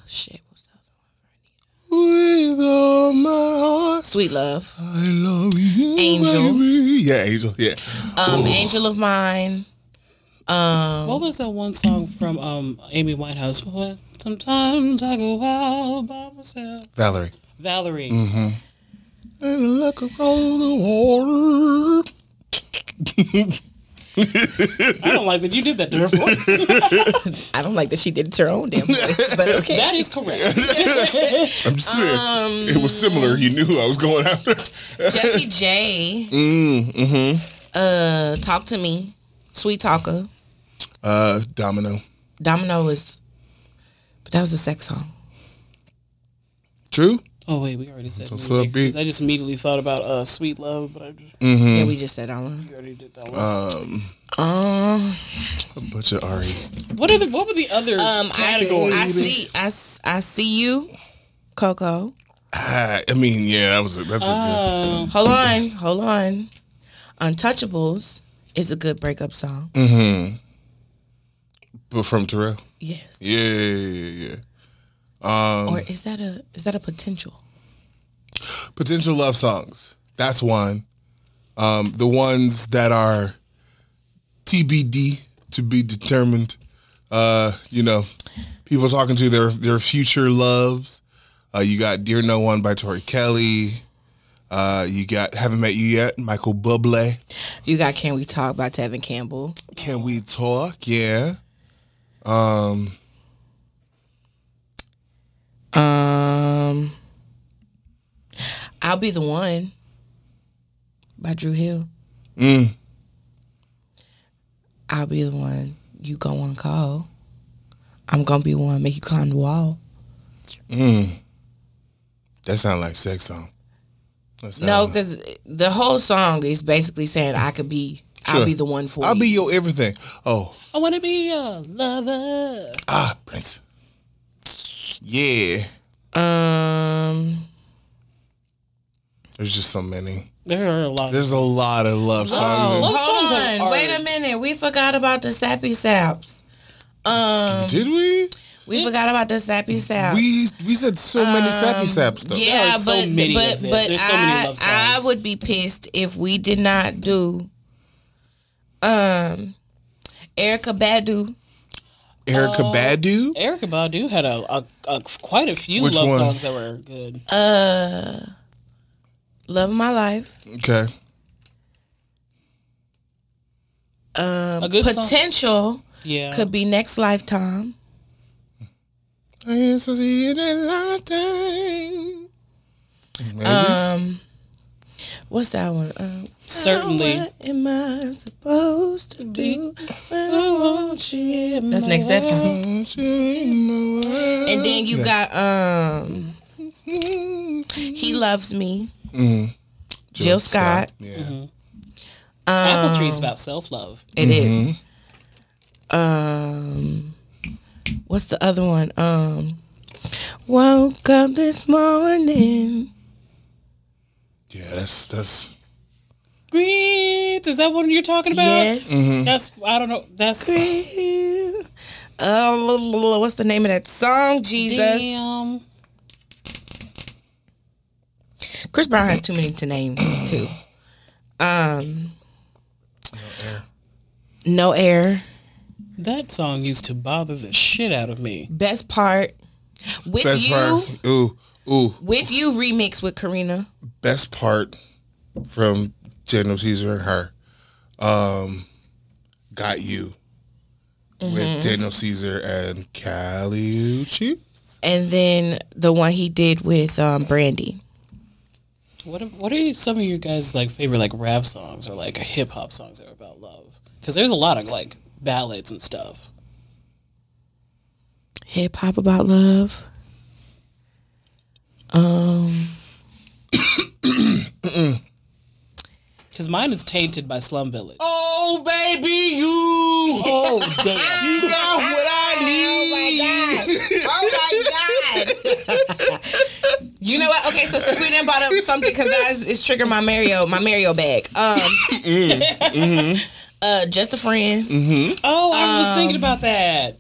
Speaker 2: shit. What's the other
Speaker 1: With all my heart,
Speaker 2: Sweet love.
Speaker 1: I love you,
Speaker 2: Angel.
Speaker 1: baby. Yeah, Angel. Yeah.
Speaker 2: Um, Angel of Mine.
Speaker 1: Mm.
Speaker 3: What was that one song from um, Amy Winehouse? What? Sometimes I go out by myself.
Speaker 1: Valerie.
Speaker 3: Valerie.
Speaker 1: Mm-hmm. And look across the water. [LAUGHS]
Speaker 3: I don't like that you did that
Speaker 1: [LAUGHS]
Speaker 3: to her voice.
Speaker 2: I don't like that she did it to her own
Speaker 1: [LAUGHS]
Speaker 2: damn voice, but okay.
Speaker 3: that is correct.
Speaker 1: I'm just saying. it was similar. You knew who I was going after.
Speaker 2: Jesse J.
Speaker 1: Mm, mm-hmm.
Speaker 2: Uh, Talk to Me. Sweet Talker.
Speaker 1: Uh, Domino.
Speaker 2: Domino was, but that was a sex song.
Speaker 1: True.
Speaker 3: Oh wait, we already said.
Speaker 1: So
Speaker 3: music, 'cause
Speaker 1: upbeat.
Speaker 3: I just immediately thought about uh, "Sweet Love," but I just
Speaker 2: Yeah, we just said that one.
Speaker 3: we already did that
Speaker 1: Uh,
Speaker 3: one.
Speaker 2: Um,
Speaker 1: A bunch of E. Ari.
Speaker 3: what are the What were the other
Speaker 2: um, I,
Speaker 3: categories?
Speaker 2: I see, I, s- I see you, Coco.
Speaker 1: Ah, I mean, yeah, that was a, that's a
Speaker 3: Uh,
Speaker 2: Hold on, hold on. Untouchables is a good breakup song.
Speaker 1: good. But from Terrell.
Speaker 2: Yes.
Speaker 1: Yeah, yeah, yeah.
Speaker 2: Or is that a is that a potential?
Speaker 1: Potential love songs. That's one. Um, the ones that are TBD to be determined. Uh, you know, people talking to their their future loves. Uh, you got "Dear No One" by Tori Kelly. Uh, you got "Haven't Met You Yet" Michael Bublé.
Speaker 2: You got Can We Talk by Tevin Campbell.
Speaker 1: Can we talk? Yeah.
Speaker 2: Um, I'll be the one by Drew Hill.
Speaker 1: Mm.
Speaker 2: I'll be the one you go on call. I'm gonna be one make you climb the wall.
Speaker 1: That sound like sex song. That sound
Speaker 2: No,
Speaker 3: Uh,
Speaker 1: like-
Speaker 2: because the whole song is basically saying I could be, I'll
Speaker 1: Sure.
Speaker 2: be the one for
Speaker 1: I'll
Speaker 2: you.
Speaker 1: be your everything. Oh,
Speaker 3: I want to be a lover.
Speaker 1: ah, Prince. Yeah.
Speaker 2: Um,
Speaker 1: There's just so many.
Speaker 3: There are a lot.
Speaker 1: There's a lot of love songs.
Speaker 3: love
Speaker 2: hold
Speaker 3: songs have
Speaker 2: on, wait
Speaker 3: art.
Speaker 2: a minute. We forgot about the sappy saps. Um,
Speaker 1: Did we?
Speaker 2: we forgot about the sappy saps.
Speaker 1: We we said so many sappy saps though.
Speaker 2: Um, yeah,
Speaker 3: There are so
Speaker 2: but
Speaker 3: many
Speaker 2: but
Speaker 3: of them.
Speaker 2: but
Speaker 3: There's so many
Speaker 2: I,
Speaker 3: love
Speaker 2: I
Speaker 3: songs.
Speaker 2: would be pissed if we did not do um Erica Badu.
Speaker 1: Erica
Speaker 2: Oh.
Speaker 1: Badu.
Speaker 3: Erica Badu had a, a, a quite a few
Speaker 1: Which
Speaker 3: love
Speaker 1: one?
Speaker 3: songs that were good.
Speaker 2: Uh, Love of My Life.
Speaker 1: Okay.
Speaker 2: Um,
Speaker 3: A good song.
Speaker 2: potential
Speaker 3: yeah,
Speaker 2: could be next lifetime.
Speaker 1: I used to see it in my time. Maybe.
Speaker 2: Um, what's that one? Um,
Speaker 3: certainly.
Speaker 2: What am I supposed to do when I want you? in Mm-hmm. That's next lifetime.
Speaker 1: Don't you in my world.
Speaker 2: And then you got um, he loves me.
Speaker 1: Mm-hmm. Jill,
Speaker 2: Scott. Mm-hmm. Um,
Speaker 1: Yeah.
Speaker 3: Apple Tree's
Speaker 1: Um,
Speaker 3: about self love.
Speaker 2: It is. Um, what's the other one? Um, woke up this morning.
Speaker 1: Yeah, that's that's
Speaker 3: Breathe. Is that what you're talking about?
Speaker 2: Yes.
Speaker 3: That's I don't know. That's
Speaker 2: Uh, l- l- l- what's the name of that song? Jesus.
Speaker 3: damn.
Speaker 2: Chris Brown has too many to name too. Um, no air.
Speaker 3: That song used to bother the shit out of me.
Speaker 2: Best part with
Speaker 1: best
Speaker 2: you.
Speaker 1: part. Ooh, ooh.
Speaker 2: With you remix with Karina.
Speaker 1: best part from Daniel Caesar and her, um, got you
Speaker 2: Mm-hmm.
Speaker 1: with Daniel Caesar and Caliucci.
Speaker 2: and then the one he did with um, Brandy.
Speaker 3: What are- What are some of your guys' like favorite like rap songs or like hip hop songs that are about love? Because there's a lot of like ballads and stuff.
Speaker 2: Hip hop about love. Um,
Speaker 3: Because mine is tainted by Slum Village.
Speaker 1: Oh baby, you
Speaker 3: Oh damn!
Speaker 1: you got what I need.
Speaker 2: oh my god! you know what? Okay, so since we didn't brought up something because that is, is trigger my Mario, my Mario bag. Um,
Speaker 1: Mm-hmm.
Speaker 2: [LAUGHS] uh, just a friend.
Speaker 3: Um, Oh, I was just thinking about that.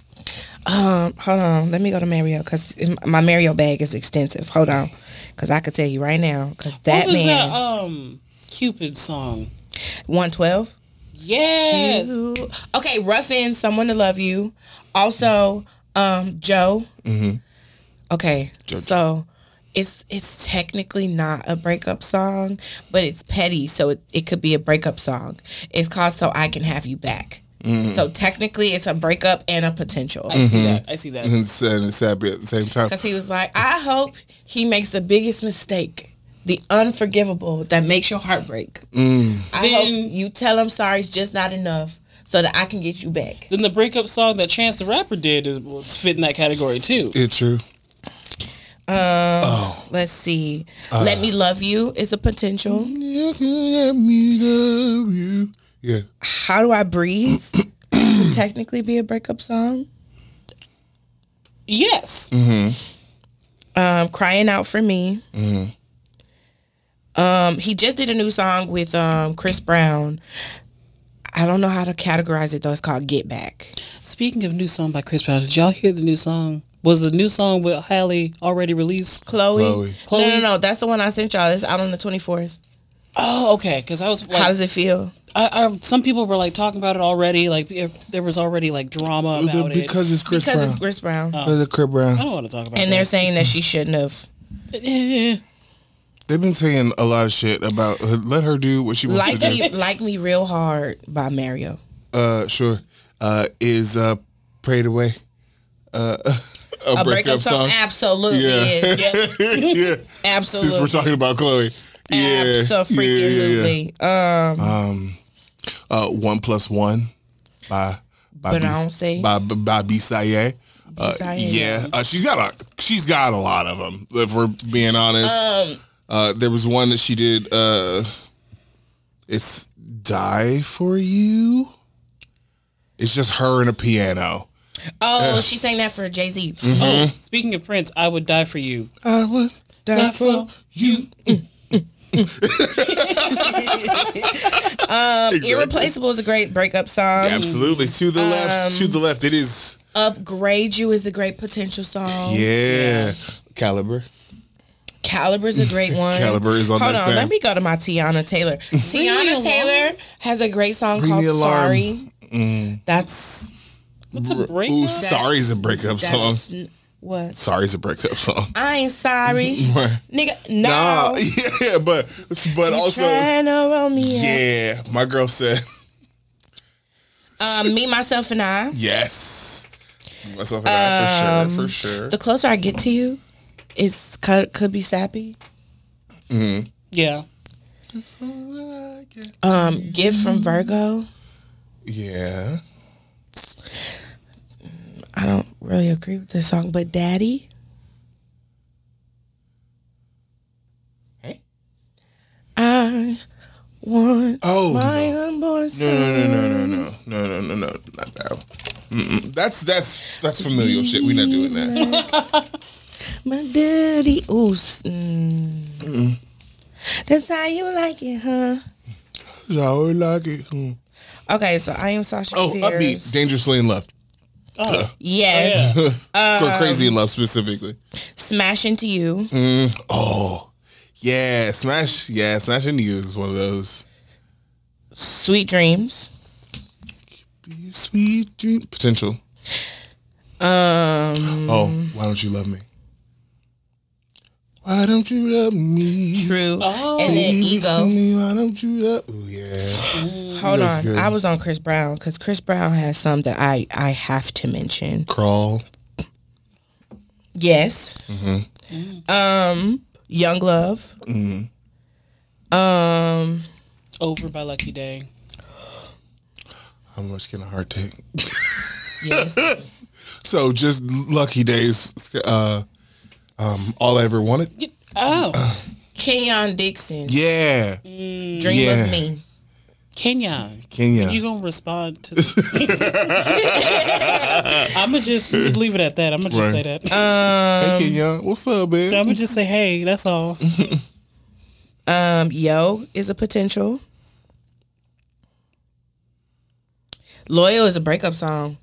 Speaker 2: Um, hold on. Let me go to Mario because my Mario bag is extensive. Hold on, because I could tell you right now. Because that
Speaker 3: What was that
Speaker 2: man,
Speaker 3: um Cupid song?
Speaker 2: one twelve.
Speaker 3: Yes.
Speaker 2: Okay, Ruffin, someone to love you. Also, um, Joe. Okay, so it's it's technically not a breakup song, but it's petty, so it, it could be a breakup song. It's called "So I Can Have You Back." So technically, it's a breakup and a potential.
Speaker 3: I see that. I see that.
Speaker 1: [LAUGHS] and sad and sad at the same time.
Speaker 2: Because he was like, I hope he makes the biggest mistake, the unforgivable that makes your heart break. I
Speaker 3: Then-
Speaker 2: hope you tell him sorry is just not enough so that I can get you back.
Speaker 3: Then the breakup song that Chance the Rapper did is well, it's fit in that category too.
Speaker 1: It's true.
Speaker 2: Um,
Speaker 1: Oh.
Speaker 2: Let's see. Let me love you is a potential.
Speaker 1: You can let me love you. Yeah.
Speaker 2: How do I breathe? Could technically be a breakup song.
Speaker 3: Yes.
Speaker 2: Um, crying out for me. Um, he just did a new song with um Chris Brown. I don't know how to categorize it though. It's called Get Back.
Speaker 3: Speaking of new song by Chris Brown, did y'all hear the new song? Was the new song with Halle already released?
Speaker 2: Chloe.
Speaker 1: Chloe.
Speaker 2: No, no,
Speaker 3: Chloe?
Speaker 2: no. That's the one I sent y'all. It's out on the 24th.
Speaker 3: Oh, okay. Because I was
Speaker 2: How
Speaker 3: like,
Speaker 2: does it feel?
Speaker 3: I, I, some people were like talking about it already. Like there there was already like drama about it.
Speaker 1: because it's Chris
Speaker 2: Because it's
Speaker 1: Brown.
Speaker 2: Chris Brown.
Speaker 1: Because it's Chris Brown.
Speaker 3: I don't want to talk about
Speaker 2: And they're saying that she shouldn't have.
Speaker 3: that. Eh,
Speaker 1: They've been saying a lot of shit about uh, let her do what she wants
Speaker 2: Like
Speaker 1: to do.
Speaker 2: me, like me real hard by Mario.
Speaker 1: Uh, sure. Uh, is uh, prayed away. Uh, [LAUGHS] a,
Speaker 2: A
Speaker 1: breakup, song. [LAUGHS]
Speaker 2: Absolutely.
Speaker 1: Yeah. [LAUGHS]
Speaker 2: Is. Yep,
Speaker 1: yeah. Since we're
Speaker 2: absolutely.
Speaker 1: talking about Chloe. Yeah. Yeah, yeah, yeah.
Speaker 2: Absolutely. Um,
Speaker 1: Uh, one plus one by by
Speaker 2: but
Speaker 1: B-
Speaker 2: I don't say.
Speaker 1: by by Bisaye. Uh,
Speaker 2: Bisaye.
Speaker 1: yeah, uh, she's got a she's got a lot of them. If we're being honest, uh, there was one that she did. Uh, it's "Die for You." It's just her and a piano.
Speaker 2: Oh, she sang that for Jay Z.
Speaker 1: Mm-hmm.
Speaker 3: Oh, [LAUGHS] speaking of Prince, I would die for you.
Speaker 2: Uh,
Speaker 1: I would
Speaker 3: Um,
Speaker 1: die for you.
Speaker 2: Irreplaceable is a great breakup song.
Speaker 1: Absolutely, to the left, to the left. It is
Speaker 2: Upgrade You is a great potential song.
Speaker 1: yeah, caliber.
Speaker 2: Caliber's
Speaker 1: [LAUGHS]
Speaker 2: a great one.
Speaker 1: Caliber is on
Speaker 2: Hold
Speaker 1: that
Speaker 2: on,
Speaker 1: same.
Speaker 2: let me go to my
Speaker 1: [LAUGHS]
Speaker 2: Tiana Taylor.
Speaker 3: Me
Speaker 2: Tiana
Speaker 3: Alone.
Speaker 2: Taylor has a great song
Speaker 1: Bring Mm.
Speaker 2: called
Speaker 1: the alarm.
Speaker 2: Sorry. That's
Speaker 3: What's a breakup?
Speaker 1: Ooh, sorry's a breakup song.
Speaker 2: that's n- what
Speaker 1: Sorry's a breakup song. [LAUGHS]
Speaker 2: I ain't sorry, nigga. No,
Speaker 1: Nah, [LAUGHS] yeah, but but also.
Speaker 2: trying to roll me up.
Speaker 1: Yeah, my girl said
Speaker 2: Um, me, myself, and I.
Speaker 1: yes. Myself and I, for sure, for sure.
Speaker 2: Um, The closer I get to you, is could, could be sappy.
Speaker 3: Yeah.
Speaker 2: Um, gift
Speaker 1: Mm.
Speaker 2: from Virgo.
Speaker 1: yeah.
Speaker 2: I don't really agree with this song, but Daddy.
Speaker 1: Hey.
Speaker 2: I want
Speaker 1: Oh
Speaker 2: my unborn
Speaker 1: no,
Speaker 2: son.
Speaker 1: no, no, no, no, no, no, no, no, no, not that. one. Mm-mm. That's that's that's familial shit. We're not doing [LAUGHS] that.
Speaker 2: My daddy. Ooh. s- Mm. That's how you like it, huh?
Speaker 1: So I like it. Hmm.
Speaker 2: Okay, so I am Sasha.
Speaker 1: Oh,
Speaker 2: Fierce.
Speaker 1: upbeat, Oh, dangerously in love,
Speaker 3: Oh,
Speaker 2: Yes.
Speaker 3: Yeah.
Speaker 2: Um,
Speaker 1: or crazy in love specifically.
Speaker 2: Smash into you.
Speaker 1: Mm. Oh, yeah, smash, yeah, smash into you is one of those
Speaker 2: Sweet dreams.
Speaker 1: sweet dream potential.
Speaker 2: Um.
Speaker 1: [GASPS] Oh, why don't you love me? Why don't you love me?
Speaker 2: True.
Speaker 3: Oh.
Speaker 2: And then ego.
Speaker 1: Why don't you love? Ooh, yeah.
Speaker 2: Hold
Speaker 1: That's
Speaker 2: on.
Speaker 1: good.
Speaker 2: I was on Chris Brown because Chris Brown has some that I I have to mention.
Speaker 1: Crawl.
Speaker 2: Yes.
Speaker 1: Mm-hmm.
Speaker 2: Um. Young Love. Um.
Speaker 3: Over by Lucky Day.
Speaker 1: How much can a heart take?
Speaker 2: Yes.
Speaker 1: [LAUGHS] So just lucky days. Uh, um, all I ever wanted.
Speaker 3: Oh,
Speaker 2: Kenyon Dixon.
Speaker 1: Yeah,
Speaker 2: Dream
Speaker 1: Yeah.
Speaker 2: of me.
Speaker 3: Kenya.
Speaker 1: Kenya.
Speaker 3: You gonna respond
Speaker 1: [LAUGHS]
Speaker 3: to? I'ma just leave it at that. I'ma just
Speaker 1: Right.
Speaker 3: say that.
Speaker 1: hey Kenya, what's up, man?
Speaker 3: I'ma just say, hey, that's all.
Speaker 1: Mm-hmm.
Speaker 2: Um. Yo is a potential. Loyal is a breakup song.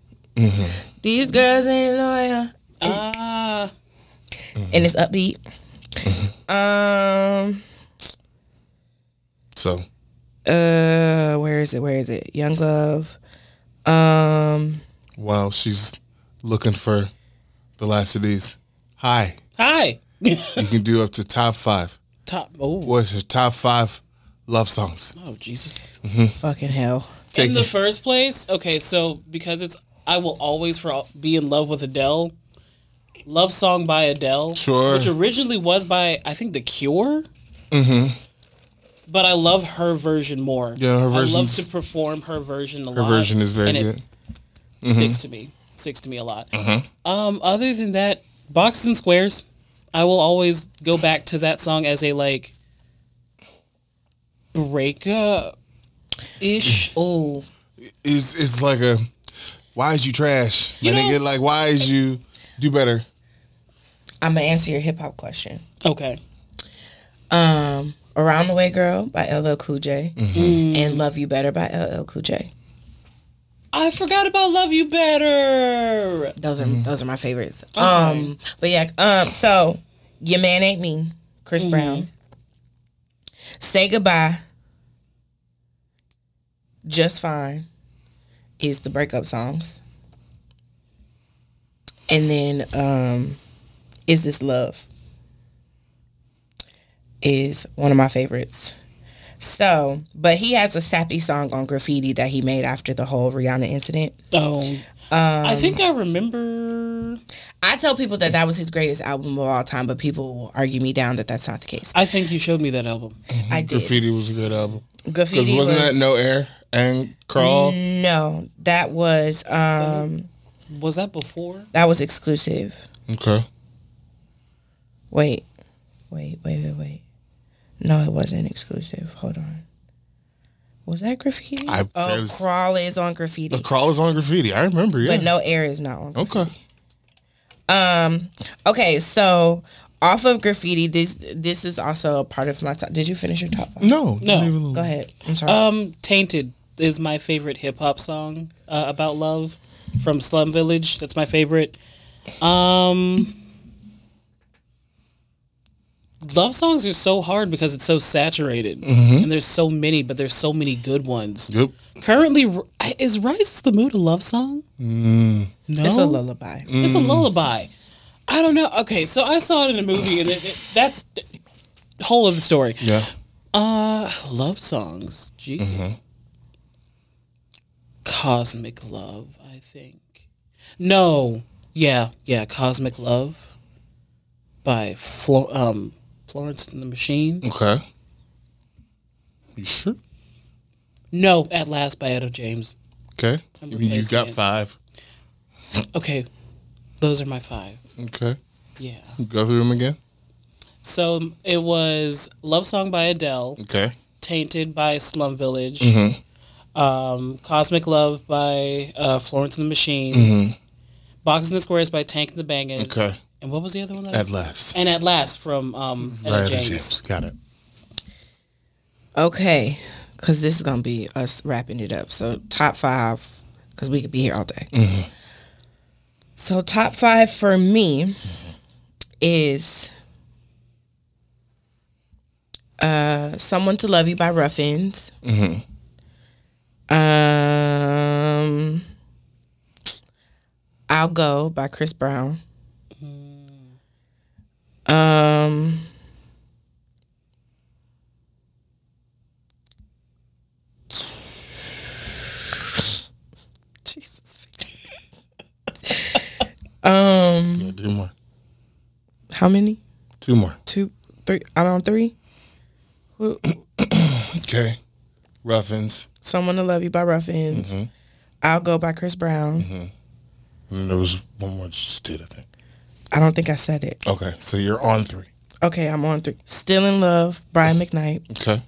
Speaker 2: These girls ain't loyal.
Speaker 3: Ah,
Speaker 2: And it's upbeat. Um
Speaker 1: So
Speaker 2: uh where is it? Where is it? Young Love. Um
Speaker 1: while she's looking for the last of these, hi,
Speaker 3: hi. [LAUGHS]
Speaker 1: you can do up to top five.
Speaker 3: Top. Oh,
Speaker 1: What's your top five love songs?
Speaker 3: oh, Jesus.
Speaker 2: fucking hell.
Speaker 1: Take
Speaker 3: in the first place, okay, so because it's I will always for be in love with Adele. Love song by Adele,
Speaker 1: Sure.
Speaker 3: which originally was by I think The Cure. Mm-hmm. But I love her version more.
Speaker 1: Mm-hmm. Yeah, her
Speaker 3: I love
Speaker 1: version's-
Speaker 3: to perform her version a
Speaker 1: Her
Speaker 3: lot.
Speaker 1: version is very
Speaker 3: Uh, and
Speaker 1: good. Mm-hmm.
Speaker 3: It Sticks to me. Sticks to me a lot. Um, other than that, boxes and squares. I will always go back to that song as a like breakup
Speaker 1: Mm.
Speaker 3: ish
Speaker 2: Oh.
Speaker 1: It's it's like a why is you trash?
Speaker 3: You
Speaker 1: and
Speaker 3: know-
Speaker 1: they get like why is you do better?
Speaker 2: I'm gonna answer your hip hop question.
Speaker 3: Okay.
Speaker 2: Um Around the Way Girl by LL Cool J and Love You Better by LL Cool J.
Speaker 3: I forgot about Love You Better.
Speaker 2: Those are those are my favorites. Um, but yeah, um, so your man ain't me, Chris Brown. Say goodbye. Just fine is the breakup songs, and then um, is this love is one of my favorites. So, but he has a sappy song on graffiti that he made after the whole Rihanna incident.
Speaker 3: Oh. I think I remember.
Speaker 2: I tell people that that was his greatest album of all time, but people will argue me down that that's not the case.
Speaker 3: I think you showed me that album.
Speaker 2: I did.
Speaker 1: Mm-hmm. Graffiti
Speaker 2: Graffiti,
Speaker 1: was a good album. Because wasn't
Speaker 2: was,
Speaker 1: that no air and crawl?
Speaker 3: Mm.
Speaker 2: No, that was um
Speaker 3: Was that before?
Speaker 2: that was exclusive.
Speaker 1: Okay.
Speaker 2: Wait, wait, wait, wait, wait. No, it wasn't exclusive. Hold on. Was that graffiti?
Speaker 1: I-
Speaker 2: oh,
Speaker 1: there's-
Speaker 2: crawl is on graffiti,
Speaker 1: The crawl is on graffiti. I remember, yeah.
Speaker 2: but no air is not on. Graffiti.
Speaker 1: okay.
Speaker 2: Okay, so off of graffiti, this this is also a part of my top. Did you finish your top five?
Speaker 1: No.
Speaker 3: No.
Speaker 2: Go ahead. I'm sorry.
Speaker 3: Um, Tainted is my favorite hip hop song uh, about love from Slum Village. That's my favorite. Um, love songs are so hard because it's so saturated, and there's so many, but there's so many good ones.
Speaker 1: Yep.
Speaker 3: Currently, R- is "Rise to the Mood" a love song? No,
Speaker 2: it's a
Speaker 1: Um,
Speaker 2: lullaby.
Speaker 3: It's a lullaby. I don't know. Okay, so I saw it in a movie, and it, it, that's the whole of the story.
Speaker 1: Yeah.
Speaker 3: Uh, love songs. Jesus. Cosmic love, I think. No. Yeah, yeah. Cosmic love by Flo- um, Florence and the Machine.
Speaker 1: Okay. You sure?
Speaker 3: No, At Last by Etta James.
Speaker 1: Okay.
Speaker 3: I'm
Speaker 1: You, you
Speaker 3: replacing
Speaker 1: got
Speaker 3: it.
Speaker 1: five.
Speaker 3: Okay, those are my five.
Speaker 1: Okay.
Speaker 3: Yeah.
Speaker 1: Go through them again.
Speaker 3: So it was Love Song by Adele.
Speaker 1: Okay.
Speaker 3: Tainted by Slum Village, um, Cosmic Love by uh, Florence and the Machine, Boxes and Squares by Tank and the Bangers.
Speaker 1: Mm-hmm. Okay.
Speaker 3: And what was the other one? That
Speaker 1: At last.
Speaker 3: and At Last from um, Etta
Speaker 1: Right,
Speaker 3: James.
Speaker 1: James. Got it.
Speaker 2: Okay, because this is gonna be us wrapping it up. So top five, because we could be here all day. So top five for me is uh, "Someone to Love You" by Ruffins. Um, "I'll Go" by Chris Brown. Um. Jesus.
Speaker 3: Mm.
Speaker 2: um,
Speaker 1: Yeah, two more.
Speaker 2: how many?
Speaker 1: Two more.
Speaker 2: Two, three. I'm on three. Who-
Speaker 1: Okay. Ruffins.
Speaker 2: Someone to Love You by Ruffins. I'll Go by Chris Brown.
Speaker 1: And then there was one more you just did, I think.
Speaker 2: I don't think I said it.
Speaker 1: Okay. So you're on three.
Speaker 2: Okay, I'm on three. Still in Love, Brian McKnight.
Speaker 1: Okay.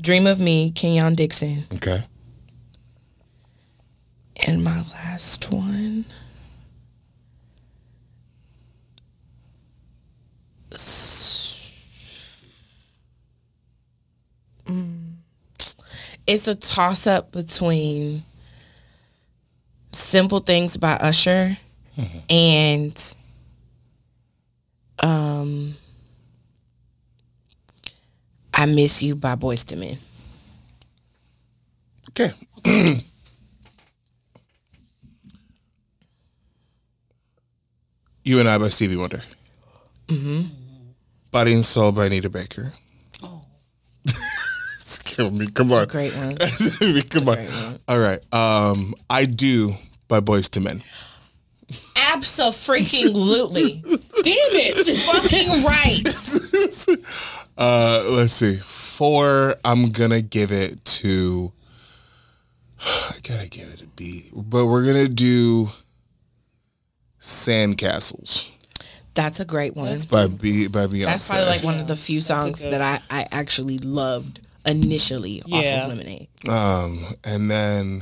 Speaker 2: Dream of Me, Kenyon Dixon.
Speaker 1: Okay.
Speaker 2: And my last one. Mm. It's a toss up between Simple Things by Usher and um I Miss You by Boyz II Men.
Speaker 1: Okay. [CLEARS THROAT] you and I by Stevie Wonder. Mm-hmm. Body and Soul by Anita Baker. Oh. [LAUGHS] It's killing me. Come on.
Speaker 2: Great one.
Speaker 1: [LAUGHS] Come on. All right. Um, I do by Boys to Men.
Speaker 2: Absolutely.
Speaker 3: [LAUGHS] Damn it.
Speaker 2: Fucking right. [LAUGHS]
Speaker 1: Uh, let's see. Four. I'm gonna give it to. I gotta give it a B, but we're gonna do Sandcastles
Speaker 2: That's a great one. That's,
Speaker 1: by B by Beyonce.
Speaker 2: probably like one of the few songs that I, I actually loved initially off
Speaker 3: Yeah.
Speaker 2: of Lemonade.
Speaker 1: Um, and then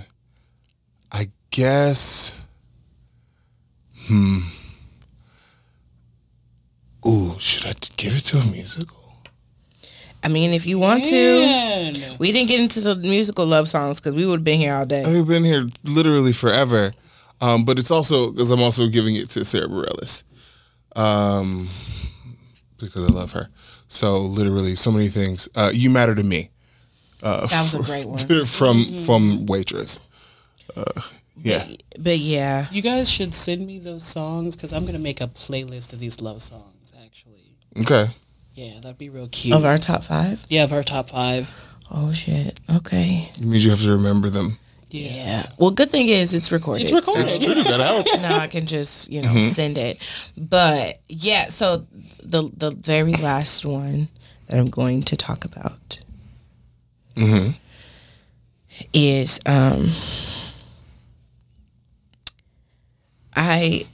Speaker 1: I guess, hmm. Ooh, should I give it to a musical?
Speaker 2: I mean, if you want to.
Speaker 3: Man.
Speaker 2: We didn't get into the musical love songs because we would have been here all day.
Speaker 1: I've been here literally forever, um, but it's also because I'm also giving it to Sarah Bareilles, um, because I love her. So literally, so many things. Uh, you matter to me. Uh,
Speaker 2: That [LAUGHS] was a great
Speaker 1: [LAUGHS]
Speaker 2: one.
Speaker 1: from from waitress. Uh, yeah.
Speaker 2: But yeah,
Speaker 3: You guys should send me those songs because I'm going to make a playlist of these love songs, actually.
Speaker 1: Okay.
Speaker 3: Yeah, that'd be real cute.
Speaker 2: of our top five.
Speaker 3: yeah, of our top five.
Speaker 2: Oh shit. Okay.
Speaker 1: It means you have to remember them.
Speaker 3: Yeah.
Speaker 2: Yeah. Well, good thing is it's recorded.
Speaker 3: It's recorded.
Speaker 1: It's true. That helps.
Speaker 2: now I can just you know send it. But yeah, so the the very last one that I'm going to talk about is um I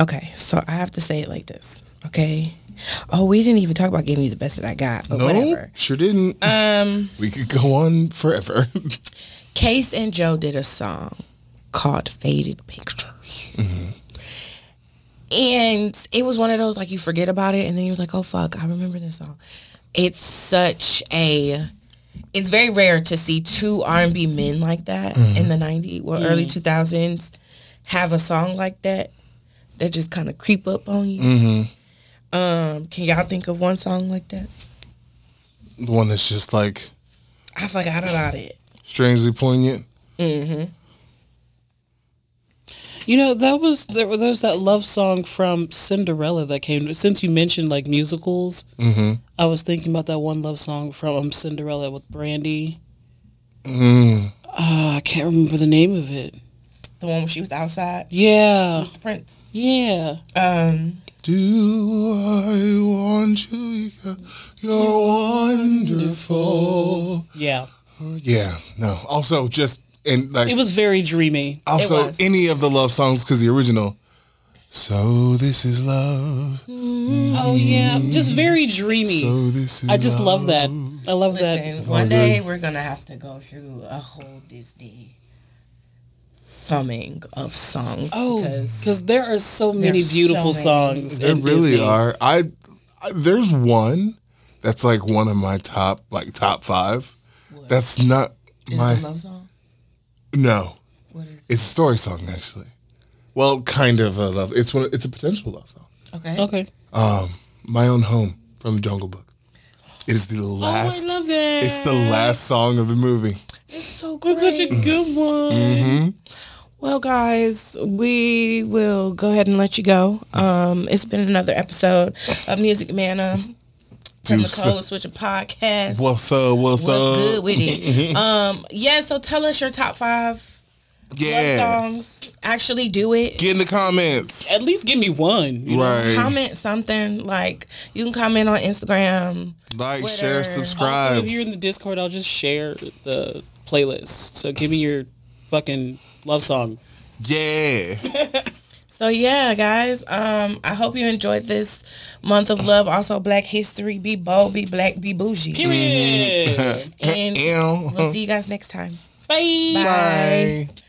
Speaker 2: okay, so I have to say it like this, okay? Oh, we didn't even talk about giving you the best that I got,
Speaker 1: [LAUGHS]
Speaker 2: but
Speaker 1: No,
Speaker 2: whatever.
Speaker 1: sure didn't.
Speaker 2: Um,
Speaker 1: we could go on forever. [LAUGHS]
Speaker 2: Case and Joe did a song called Faded Pictures. And it was one of those like you forget about it and then you're like, oh fuck, I remember this song. It's such a it's very rare to see two R and B men like that in the nineties or early two thousands have a song like that that just kind of creep up on you. Um, can y'all think of one song like that?
Speaker 1: the one that's just like
Speaker 2: I forgot about it.
Speaker 1: strangely poignant.
Speaker 3: You know, that was there, was- there was that love song from Cinderella that came. Since you mentioned like musicals,
Speaker 1: Mm-hmm.
Speaker 3: I was thinking about that one love song from um, Cinderella with Brandy.
Speaker 1: Mm-hmm.
Speaker 3: Uh, I can't remember the name of it.
Speaker 2: The one where she was outside,
Speaker 3: Yeah,
Speaker 2: Prince.
Speaker 3: yeah.
Speaker 2: Um,
Speaker 1: Do I want you? You're wonderful.
Speaker 3: Yeah.
Speaker 1: Yeah. No. Also, just and like
Speaker 3: It was very dreamy.
Speaker 1: also
Speaker 2: it was.
Speaker 1: any of the love songs because the original. So this is love.
Speaker 3: Oh yeah, just very dreamy.
Speaker 1: So this is.
Speaker 3: I just love that. I love that.
Speaker 2: Listen, one day we're gonna have to go through a whole Disney thumbing of songs.
Speaker 3: Oh,
Speaker 2: because
Speaker 3: because there are so many
Speaker 2: There's
Speaker 3: beautiful
Speaker 2: so many.
Speaker 3: songs.
Speaker 1: There
Speaker 3: in
Speaker 1: really
Speaker 3: Disney.
Speaker 1: are. I, I there's one that's like one of my top like top five. That's not
Speaker 2: is
Speaker 1: my
Speaker 2: it a love song?
Speaker 1: no.
Speaker 2: What is
Speaker 1: It's a story song actually. Well, kind of a love. It's one. It's a potential love song.
Speaker 2: it? Okay.
Speaker 3: Okay.
Speaker 1: Um, My own home from the Jungle Book. It is the last.
Speaker 3: oh, I love that.
Speaker 1: it's the last song of the movie.
Speaker 2: It's so great.
Speaker 3: That's such a good one.
Speaker 1: Mm-hmm.
Speaker 2: Well, guys, we will go ahead and let you go. Um, it's been another episode of Music um, Manna from the
Speaker 1: Deuce.
Speaker 2: Code Switching Podcast.
Speaker 1: What's up? What's,
Speaker 2: What's
Speaker 1: up?
Speaker 2: good with
Speaker 1: [LAUGHS]
Speaker 2: it? um, yeah. So tell us your top five
Speaker 1: yeah.
Speaker 2: love songs. Actually, do it.
Speaker 1: Get in the comments.
Speaker 3: At least give me one. you know?
Speaker 1: Right.
Speaker 2: comment something like you can comment on Instagram.
Speaker 1: like,
Speaker 2: Twitter.
Speaker 1: share,
Speaker 2: Also,
Speaker 1: subscribe.
Speaker 3: If you're in the Discord, I'll just share the playlist. So give me your fucking love song.
Speaker 1: yeah.
Speaker 2: So yeah, guys, um I hope you enjoyed this month of love. Also Black History, be bold, be black, be bougie.
Speaker 3: Period.
Speaker 2: And
Speaker 1: Ew.
Speaker 2: we'll see you guys next time.
Speaker 3: Bye.
Speaker 2: Bye.
Speaker 1: Bye.